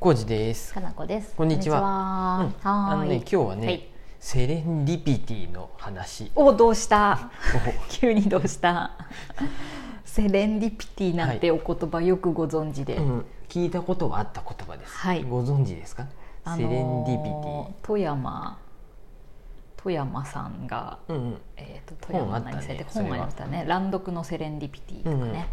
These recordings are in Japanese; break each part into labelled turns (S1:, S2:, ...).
S1: コウジです。
S2: かなこです。
S1: こんにち
S2: は
S1: うんあの
S2: は
S1: ね
S2: ー
S1: 今
S2: い。
S1: 日はね、
S2: はい
S1: セレンディピティの話を
S2: おどうした？ 急にどうした？ セレンディピティなんてお言葉よくご存知で、
S1: うん聞いたことはあった言葉です。
S2: はい
S1: ご存知ですか？
S2: あ
S1: セレンデ
S2: のー
S1: ィピテ
S2: 富山富山さんが。
S1: ィ。うんうん。
S2: えー、と富山何せて
S1: 本あったね
S2: 本ありましたね「乱読のセレンディピティ」とかね、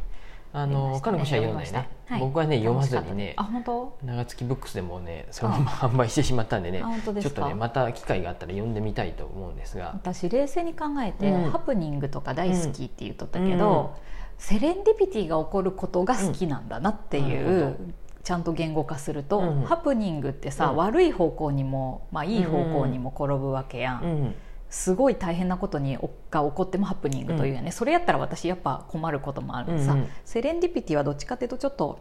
S1: あのか
S2: あ
S1: のこ
S2: りま
S1: 氏
S2: し
S1: は
S2: た
S1: 読んだよね
S2: 読みました。はい
S1: 僕はね読まずにね
S2: あ。本当
S1: 長月ブックスでもねその まま販売してしまったんでね
S2: あ本当で
S1: ちょ
S2: す
S1: っ
S2: か
S1: とねまた機会があったら読んでみたいと思うんですが
S2: 私冷静に考えて、
S1: うん
S2: ハプニングとか大好きって言っとったけど、
S1: うん
S2: セレンディピティが起こることが好きなんだなっていう、
S1: うんなるほ
S2: ちゃんと言語化すると、
S1: うん
S2: ハプニングってさ、
S1: うん
S2: 悪い方向にも、まあ、いい方向にも転ぶわけやん、
S1: うん
S2: すごい大変なことにおが起こってもハプニングというやね、それやったら私やっぱ困ることもあるさ、
S1: うんうん
S2: セレンディピティはどっちかっていうとちょっと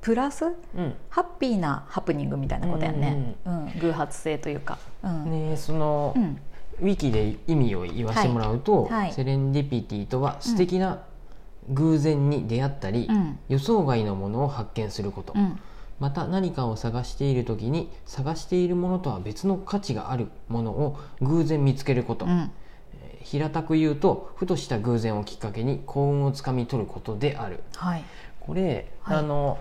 S2: プラス
S1: うん
S2: ハッピーなハプニングみたいなことやね、うん偶発性というか。うん
S1: ねその、
S2: うん
S1: ウィキで意味を言わせてもらうと、
S2: はいはい
S1: セレンディピティとは素敵な偶然に出会ったり、
S2: うん
S1: 予想外のものを発見すること、
S2: うん
S1: また何かを探している時に探しているものとは別の価値があるものを偶然見つけること、
S2: うん
S1: えー平たく言うとふとした偶然をきっかけに幸運をつかみ取ることである
S2: はい、
S1: これ、
S2: はい
S1: あの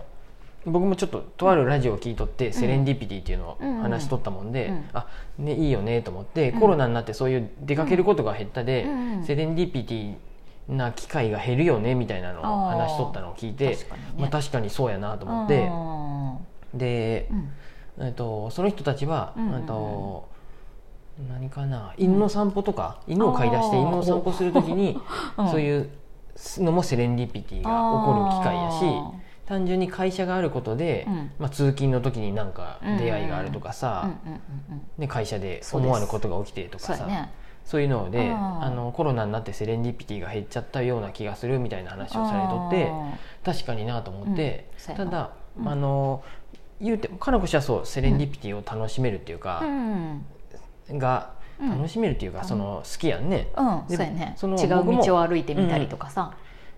S1: 僕もちょっととあるラジオを聞いとって、セレンディピティっていうの
S2: うんう
S1: を
S2: ん
S1: 話しとったもんで、
S2: うん
S1: あねいいよねと思って、
S2: うん
S1: コロナになってそういう出かけることが減ったで、
S2: うんうん
S1: セレンディピティな機会が減るよねみたいなのを話しとったのを聞いて
S2: 確かにね
S1: まあ、確かにそうやなと
S2: と
S1: 思って、で、えっと、その人たちは、
S2: うんうんうん
S1: えっと何かな犬の散歩とか、犬を飼い出して
S2: あー
S1: 犬の散歩するときに、そう
S2: う
S1: いうのもセレンディピティが起こる機会やし。単純に会社があることで、
S2: うん
S1: まあ、通勤の時になんか出会いがあるとかさ、
S2: うんうんうんうん、
S1: ね、会社で
S2: そうです
S1: 思わぬことが起きてとか
S2: そうや
S1: さ
S2: ね
S1: そういうので
S2: あー
S1: あのコロナになってセレンディピティが減っちゃったような気がするみたいな話をされとって確かになと思って、
S2: うんそうや
S1: た
S2: な
S1: だ、
S2: うん
S1: あの言うてかなこ氏はそうセレンディピティを楽しめるっていう
S2: あーう
S1: か、
S2: ん
S1: が
S2: うん
S1: 楽しめるっていうか、
S2: うん
S1: その好きやんね。
S2: うん、
S1: で
S2: そうやね
S1: その
S2: 違
S1: 僕も
S2: う道を歩いてみたりとかさ、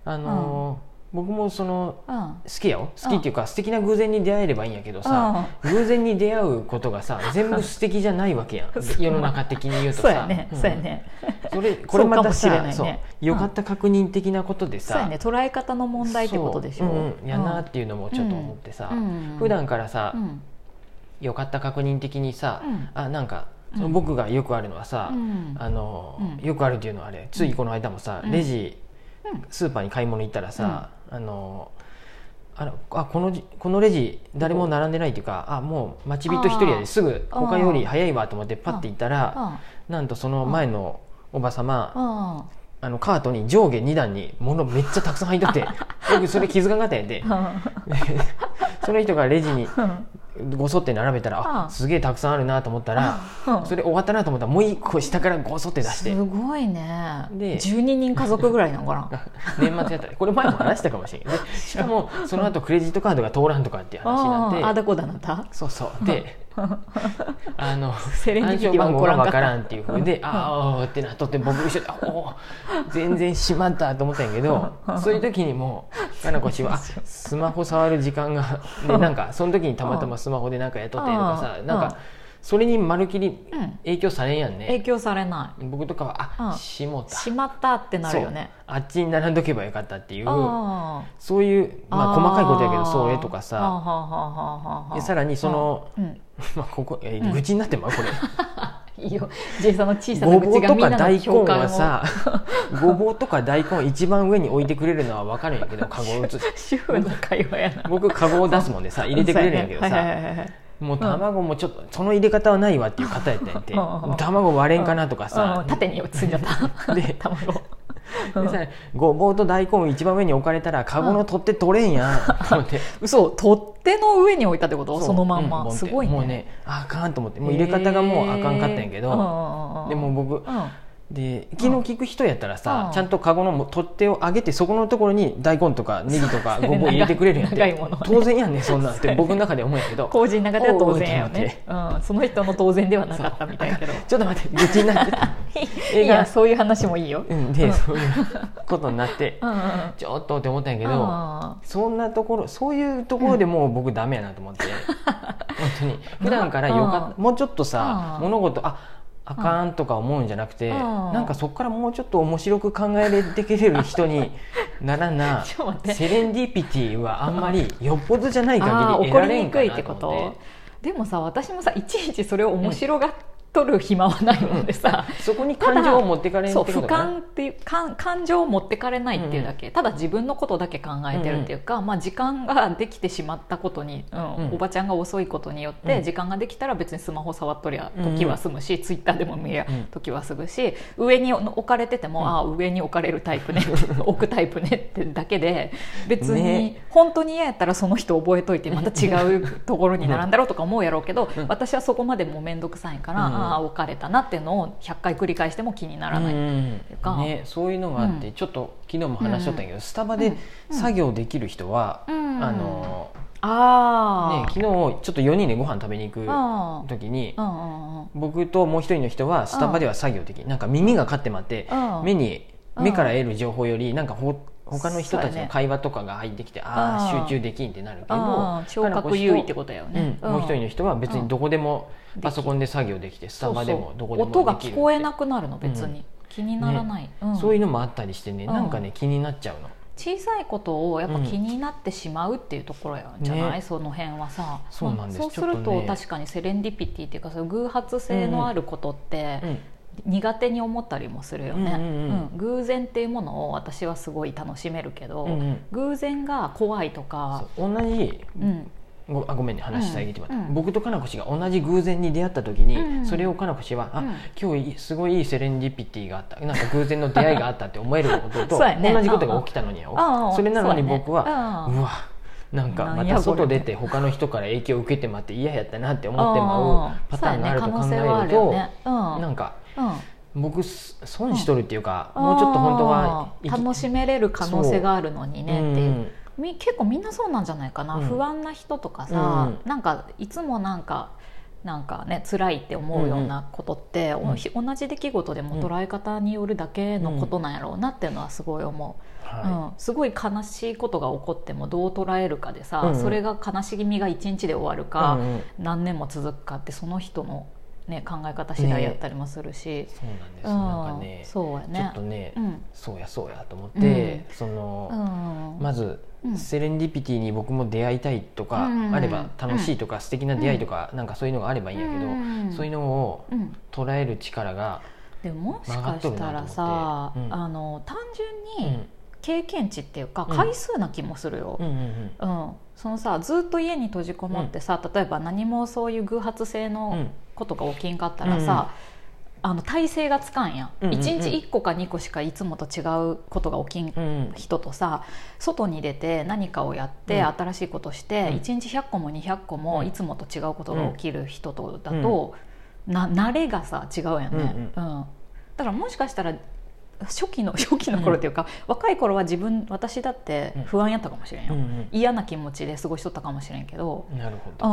S1: あの僕もその
S2: うん
S1: 好きやよ好きっていうか素敵な偶然に出会えればいいんやけどさ偶然に出会うことが さ全部素敵じゃないわけやん
S2: そう
S1: 世の中的に言うとさ
S2: そうやね、
S1: うん
S2: そうやね
S1: それこれまた
S2: そうか
S1: さ
S2: もし
S1: そ
S2: れ
S1: う
S2: ないね
S1: よかった確認的なことで
S2: そうや
S1: さ
S2: ね捉え方の問題ってことでしょ
S1: そううんうんやなっていうのもちょっと思ってさ
S2: うん
S1: 普段から
S2: う
S1: さ
S2: ん
S1: よかった確認的にさ
S2: うん
S1: あなんか
S2: うん
S1: その僕がよくあるのはさ
S2: うん
S1: あの
S2: うん
S1: よくあるっていうのはあれついこの間もさ
S2: うん
S1: レジ
S2: うん
S1: スーパーに買い物行ったらさ、あのあのあこのじこのレジ誰も並んでないっていうかあもう待ち人一人や
S2: あ
S1: で
S2: ー
S1: すぐ
S2: あー
S1: 他より早いわと思ってパッて行ったら
S2: あ
S1: なんとその前のおば様
S2: あ
S1: あのカートに上下2段に物めっちゃたくさん入っとって 僕それ気づかんかったんやで その人がレジにごそって並べたら
S2: あ
S1: あすげえたくさんあるなと思ったら
S2: うん
S1: それ終わったなと思ったらもう一個下からごそって出して
S2: すごいね
S1: で
S2: 12人家族ぐらいなのか な
S1: 年末やったねこれ前も話したかもしれないでしかもその後クレジットカードが通らんとかっていう話になって
S2: あーあだこだなた
S1: そう そうであの
S2: セレンディ
S1: 暗
S2: ピテ
S1: 証
S2: ィは
S1: 番号
S2: 怒ら
S1: が
S2: んか
S1: 分
S2: った
S1: からんっていうふう であーあーってなっとって僕一緒であおー全然しまったと思ったんやけ どそういう時にもうかなこ氏はあスマホ触る時間が でなんかその時にたまたまスマホでなんかやっとってとかさ
S2: うん
S1: なんかそれにまるきり
S2: うん
S1: 影響されんやん
S2: 影
S1: ね
S2: 響されない
S1: 僕とかは
S2: う
S1: あ
S2: ん
S1: しもた
S2: しまったってなるよね
S1: そうあっちに並んどけばよかったっていう
S2: あ
S1: そういう、
S2: あ
S1: まあ、
S2: ー
S1: 細かいことやけどそうえとか
S2: はあは
S1: さ
S2: あはあはあはあ
S1: でさらにその、
S2: うん、
S1: まあ、ここえ
S2: うん
S1: 愚痴になってまうこれ。
S2: いいよ J さんの小さな
S1: ごぼ
S2: 口
S1: う
S2: が
S1: と
S2: みん
S1: か
S2: なの
S1: 大根
S2: 評価
S1: は
S2: を
S1: さごぼうとか大根一番上に置いてくれるのは分かるんやけどカゴを打つ
S2: 主婦の会話やな
S1: 僕カゴを出すもんでさ入れてくれるんやけど
S2: そう
S1: さ
S2: ねはいはいはいはい
S1: もう卵もちょっとその入れ方はないわっていう方やったんやて
S2: うん
S1: 卵割れんかなとかさ
S2: うん縦に積んじゃった
S1: で
S2: 卵
S1: でさごぼうと大根を一番上に置かれたらカゴの取って取れんやんと思って
S2: 嘘取っ手の上に置いたってことそのまんま、
S1: うボンって
S2: すごいね
S1: もうねあかんと思ってもう入れ方がもうあかんかったんやけ
S2: へーうん
S1: ど
S2: うんうんうん
S1: でも僕
S2: うん
S1: で昨日聞く人やったらさ、
S2: うん
S1: ちゃんとカゴのも取っ手を上げてそこのところに大根とかネギとかごぼう入れてくれるやんっ
S2: 長い
S1: て
S2: 長いものをね
S1: 当然やんねそんなんっ
S2: そうや
S1: て
S2: ね
S1: 僕の中で思うんやけど
S2: 工事の中では当然よね、うん、その人の当然ではなかったみたいだけど
S1: ちょっと待って愚痴になってた
S2: いい
S1: 映
S2: や
S1: 画
S2: そういう話もいいよ、
S1: うんで、
S2: うん
S1: そういうことになって
S2: うんうんうん
S1: ちょっとって思ったんやけど
S2: あ
S1: そんなところそういうところでもう僕ダメやなと思 って、本当に普段からよかったもうちょっとさ
S2: うん
S1: 物事ああかんとか思うんじゃなくて
S2: うん
S1: なんかそこからもうちょっと面白く考えていける人に ならな
S2: ーちょっと待って
S1: セレンディピティはあんまりよっぽどじゃない
S2: あ
S1: 限
S2: ー
S1: り
S2: 怒
S1: 得ら
S2: り
S1: れ
S2: に
S1: ん
S2: く
S1: か
S2: いって
S1: な
S2: こと
S1: 思
S2: と
S1: って
S2: でもさ私もさいちいちそれを面白がっとる暇はないのでさ、
S1: そこに感情を持っていかれん
S2: そう
S1: って
S2: 俯
S1: ことかな
S2: 瞰っていう感感情を持ってかれないっていうだけ、ただ自分のことだけ考えてるっていうか、まあ、時間ができてしまったことに、うん
S1: うん
S2: おばちゃんが遅いことによっ
S1: う
S2: て、
S1: ん
S2: 時間ができたら別にスマホ触っとりゃ時は済むし、ツイッターでも見りゃ
S1: うん
S2: 時は済むし上に置かれてても、
S1: うん
S2: ああ上に置かれるタイプ ね置くタイプねってだけで別に、
S1: ね
S2: 本当に嫌やったらその人覚えといてまた違うところに並んだろうとか思うやろうけど、
S1: うん
S2: 私はそこまでもう面倒くさいから、
S1: うん
S2: ああ置かれたなっていうのを100回繰り返しても気にならない。
S1: うん
S2: ていうか
S1: ね、そういうのがあって、ちょっと昨日も話しとったんやけど、スタバ
S2: う
S1: で
S2: ん
S1: 作業できる人は、
S2: うん
S1: あのね、
S2: あ
S1: 昨日ちょっと4人でご飯食べに行
S2: あ
S1: く時に
S2: うんうんうん
S1: 僕ともう一人の人はスタバでは作業できるなんか耳が勝ってまって
S2: うん
S1: 目に
S2: うん
S1: 目から得る情報よりなんかほ他の人たち
S2: そうや
S1: の
S2: ね
S1: 会話とかが入ってきて、あ
S2: う
S1: あ
S2: ん
S1: 集中できんってなるけど
S2: あー聴覚優位ってことだよね、
S1: うん、もう一人の人は別にどこでも
S2: うん
S1: パソコンで作業できてスタバでもどこでもできる
S2: 音が聞こえな
S1: く
S2: くなるの別に、気にならない、うん
S1: そういうのもあったりしてね
S2: うん
S1: なんかね気になっちゃうの
S2: 小さいことをやっぱ気になってしまうっていうところやんじゃない、
S1: ね
S2: その辺はさ
S1: そうなんです
S2: まあそうする
S1: ちょ
S2: と
S1: っとね
S2: 確かにセレンディピティっていうかそういう偶発性のあることって
S1: うん
S2: 苦手に思ったりもするよね、
S1: うんうんうん
S2: うん偶然っていうものを私はすごい楽しめるけど、
S1: うんうん
S2: 偶然が怖いとか
S1: そう同じ
S2: うん
S1: ごあごめんね話遮ってもらった、
S2: うん
S1: 僕とかなこ氏が同じ偶然に出会った時に、
S2: うん
S1: それをかなこ氏は、
S2: うん
S1: あ今日いいすごいいいセレンディピティがあったなんか偶然の出会いがあったって思えることと
S2: そうやね
S1: 同じことが起きたのによ、
S2: うんうん
S1: それなのに
S2: そうやね
S1: 僕は、
S2: う
S1: うんわなんか
S2: なん
S1: ま
S2: や
S1: た
S2: これ
S1: 外出て他の人から影響を受けてまって嫌やったなって思ってまうパターンがあると考
S2: そうやね可能性は
S1: え
S2: あ
S1: る
S2: るよ
S1: と、
S2: ねうん
S1: なんか
S2: うん
S1: 僕す損しとるっていうか、もうちょっと本当は
S2: あー楽しめれる可能性があるのに
S1: み
S2: ねっていう、み結構みんなそうなんじゃないかな、
S1: うん
S2: 不安な人とかさ、
S1: う
S2: なんかいつもなんかなんかね辛いって思うようなことって、
S1: んうん
S2: おひ同じ出来事でも捉え方によるだけのことなんやろうなっていうのはすごい思う、うん
S1: は
S2: すごい悲しいことが起こってもどう捉えるかでさ、
S1: うんうん
S2: それが悲しみが一日で終わる
S1: い
S2: か、
S1: うんうん
S2: 何年も続くかってその人の、ね、考え方次第やったりもするし、
S1: そうなんです、
S2: うん
S1: なんかね
S2: そうやね
S1: ちょっとね、
S2: うん
S1: そうやそうやと思って、その、
S2: うん
S1: まず、
S2: うん
S1: セレンディピティに僕も出会いたいとか、
S2: うん
S1: あれば楽しいとか、素敵な出会いとか、なんかそういうのがあればいいんやけど、
S2: うん
S1: そういうのを
S2: うん
S1: 捉える力が、
S2: でももし
S1: 曲が
S2: か
S1: っと
S2: し
S1: るなと
S2: た
S1: 思
S2: ら
S1: って
S2: さ、
S1: うん
S2: あの単
S1: うん
S2: 純に経験値っていうか
S1: うん
S2: 回数な気もするよ。
S1: う
S2: うん
S1: んうん
S2: そのさずっと家に閉じこもってさ、例えば何もそういう偶発性のことが起きんかったらさ、あの体勢がつかんや、
S1: うん
S2: ん
S1: うんうん
S2: 1日1個か2個しかいつもと違うことが起きん
S1: うんうん
S2: 人とさ外に出て何かをやって、
S1: うん
S2: 新しいことして、
S1: うん
S2: 一1日100個も200個も
S1: うん
S2: いつもと違うことが起きる人とだと、な慣れがさ違うやんね、うんだからもしかしたら初期の 初期の頃っていうか、若い頃は自分私だって不安やったかもしれんよ、
S1: うんうん
S2: 嫌な気持ちで過ごしとったかもしれんけど、
S1: なるほ
S2: う
S1: ど、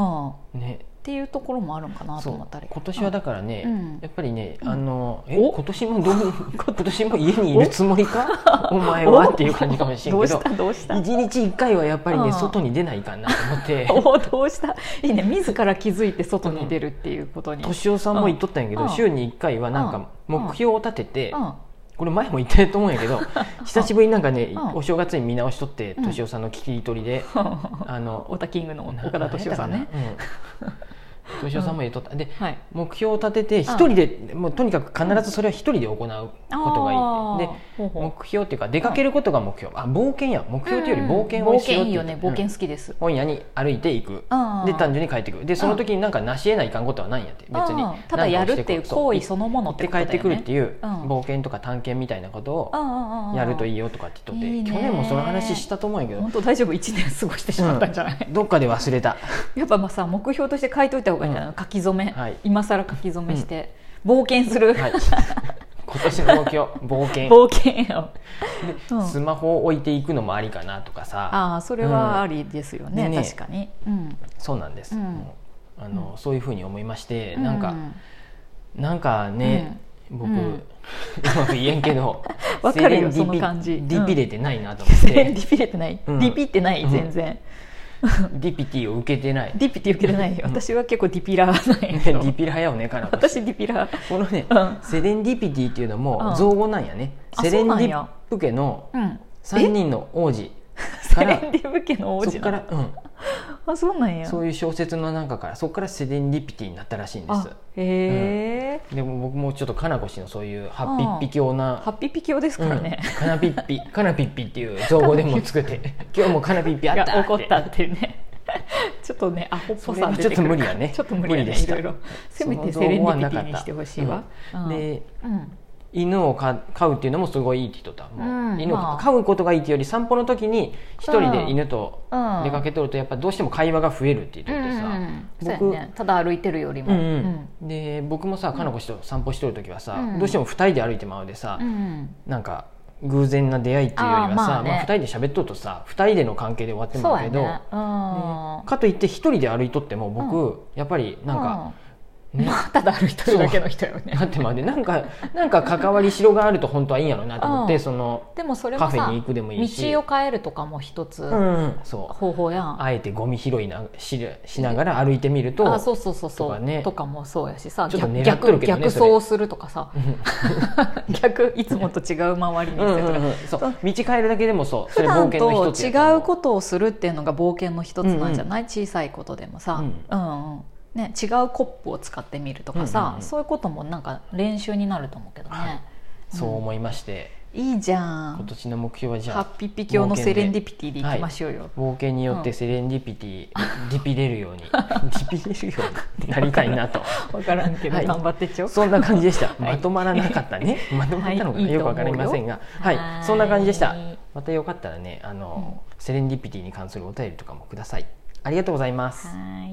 S2: ん、っ
S1: ね
S2: ていうところもあるんかなと
S1: そう
S2: 思ったり
S1: 今年はだからね、
S2: うん
S1: やっぱりね、
S2: うん
S1: あのえ
S2: お
S1: 今年もどう今年も家にいるつもりかお前はっていう感じかもしれんけど
S2: どどうしたどうした
S1: 一日一回はやっぱり
S2: う
S1: ね
S2: ん
S1: 外に出ないかんなと思って
S2: お どうしたいいね自ら気づいて外に出るっていうことに、
S1: 敏夫さんも言っとったんやけ
S2: うん
S1: ど週に1回はなんか
S2: うん
S1: 目標を立てて
S2: うん
S1: これ前も言ったと思うんやけ ど久しぶりになんかね
S2: うん
S1: お正月に見直しとって
S2: うん
S1: 敏夫さんの聞き取りで あの
S2: オタキングの岡田敏夫さんね。
S1: うん敏夫さんも言っとったで
S2: はい。
S1: 目標を立てて一人でもうとにかく必ずそれは一人で行うことがいいで
S2: ほうほう
S1: 目標っていうか出かけることが目標あ冒険や目標というより冒険
S2: うん
S1: を
S2: 冒
S1: しろ
S2: 険
S1: って
S2: い
S1: 言
S2: いよ
S1: っ
S2: ね。
S1: て
S2: 冒険好きです。
S1: 本屋に歩いていく
S2: うん
S1: で単純に帰ってくるでその時になんか成し得ないかんことはないんやって別に
S2: うんただやるっていう行為
S1: そ
S2: そのもの
S1: の
S2: っ
S1: ってて
S2: こ
S1: 帰っ
S2: とだよ
S1: て
S2: ね
S1: くるっていう
S2: うん
S1: 冒険とか探検みたいなこと
S2: う
S1: を
S2: んうんうん
S1: やるとい
S2: い。
S1: いよとかって言っ
S2: いい
S1: て
S2: ね
S1: 去年もその話したと思うんやけど
S2: 本当大丈夫一年過ごしてしまったんじゃない。
S1: うんどっかで忘れた
S2: やっぱまあさ目標として書いといた方がいいんじゃないの。書き初め
S1: はい。
S2: 今更書き初めして冒険する。
S1: はい今年の目標冒険
S2: 冒険を
S1: で、
S2: うん
S1: スマホを置いていくのもありかなとかさ
S2: ああそれはありですよね,、
S1: うんでね
S2: 確かに、うん、
S1: そうなんです、
S2: うん
S1: もうあの
S2: うん
S1: そういうふうに思いまして、なんか
S2: う
S1: なんかね、僕、う
S2: う
S1: んまく言えんけど
S2: わか
S1: セレン
S2: るよ
S1: ディピ
S2: その感じうん
S1: ディピれてないなと思っ
S2: セレ
S1: て
S2: ン ディピれてない、
S1: うん
S2: ディピってない
S1: うん
S2: 全然、
S1: ディピティを受けてない
S2: ディピって受けてないよ
S1: うん
S2: 私は結構ディピラーなん
S1: ね
S2: や
S1: デ
S2: けど
S1: ィピラやよねかなこ
S2: 私ディピラー
S1: のね、
S2: うん
S1: セレンディピティっていうの
S2: うん
S1: も造語なんやね、
S2: あ
S1: セレンデ
S2: そうなん
S1: ィ
S2: や
S1: プ家の
S2: うん
S1: 3人の王子
S2: セ
S1: か
S2: レ
S1: ら
S2: ンディブ家の王
S1: そ
S2: 子
S1: こ
S2: な
S1: から、うん、
S2: あそうなんや
S1: そういう小説の中からそこからセレンディピティになったらしいんで
S2: あ
S1: す
S2: へえ、
S1: でも僕もちょっとかなこ氏のそういうハッピッピ教な
S2: ハッピピ教です
S1: う
S2: か
S1: ん
S2: らね、
S1: かなぴっぴかなぴっぴっていう造語で も作って今日もかなぴっぴあ
S2: が
S1: った
S2: 怒ったって いう ねちょっとねアホっぽ
S1: それ
S2: さ
S1: は
S2: 出
S1: ちょ
S2: て
S1: っ
S2: くる
S1: と無理やね
S2: ちょっと無理やね
S1: 無理でした
S2: いろいろせ
S1: そ
S2: め
S1: の
S2: て
S1: 造
S2: セレン
S1: 語
S2: デ
S1: はな
S2: ィピ
S1: か
S2: テ
S1: っ
S2: ィ
S1: た
S2: にしてほしいわ、
S1: うん
S2: うん
S1: で
S2: うん
S1: 犬をか飼うっていうのもすごいいいって言ってたもう、
S2: うん
S1: 犬を
S2: まあ
S1: 飼うことがいいっていうより散歩の時に一人で犬と
S2: うん
S1: 出かけとるとやっぱどうしても会話が増えるって言っ
S2: う
S1: とってさ、
S2: ん
S1: 僕
S2: そうやね、ただ歩いてるよりも、
S1: うんうんで僕もさかなこ氏と散歩しとる時はさ、
S2: うん
S1: どうしても2人で歩いてまうでさ、
S2: うんうん
S1: なんか偶然な出会いっていうよりはさ
S2: あーまあね
S1: まあ2人で喋っとるとさ2人での関係で終わって
S2: そ
S1: もう
S2: うや
S1: け
S2: ね
S1: ど、
S2: う
S1: ね
S2: ん
S1: かといって1人で歩いとっても僕、やっぱりなんか、
S2: うん
S1: ね
S2: まあただ歩いてるだけの人よね
S1: なってまでなんか なんか関わりしろがあると本当はいいんやろうなと思って、
S2: うん
S1: その
S2: でもそれも
S1: カ
S2: さ
S1: フェに行くでもいいし
S2: 道を変えるとかも一つ
S1: うんうんそう
S2: 方法やん、
S1: あえてゴミ拾いなししながら歩いてみると
S2: あそうそうそうそう
S1: と
S2: と
S1: か
S2: か,、
S1: ね
S2: もそうやしさ
S1: ちょっと
S2: 逆
S1: 狙っとるけどね
S2: 逆
S1: それ
S2: 走するとかさ 逆いつもと違う回りに
S1: うん
S2: す
S1: う
S2: るとか
S1: んうんそう道変えるだけでもそう
S2: 普段と
S1: や思
S2: 違うことをするっていうのが冒険の一つなんじゃない、小さいことでも
S1: う
S2: さ、うんうんね、違うコップを使ってみるとかさ、
S1: うんうんうん
S2: そういうこともなんか練習になると思うけどね、
S1: はいそう思いまして、
S2: い、いじゃ
S1: 今
S2: ん
S1: 年の目標はじゃ
S2: ハ
S1: あ
S2: ッピピ教のセレンディピティでいきましょうよ、
S1: 冒険によってセレンディピティ、ディピれるようにディピれるようになりたいなと
S2: わ分からんけど、
S1: はい
S2: 頑張ってちょう
S1: そんな感じでした、
S2: はい
S1: まとまらなかった ねまとまったのか
S2: はいいいと
S1: よくわかりませんが
S2: 思
S1: は
S2: う
S1: い
S2: よはい
S1: そんな感じでしたまたよかったらねあの、セレンディピティに関するお便りとかもくださいありがとうございます
S2: はい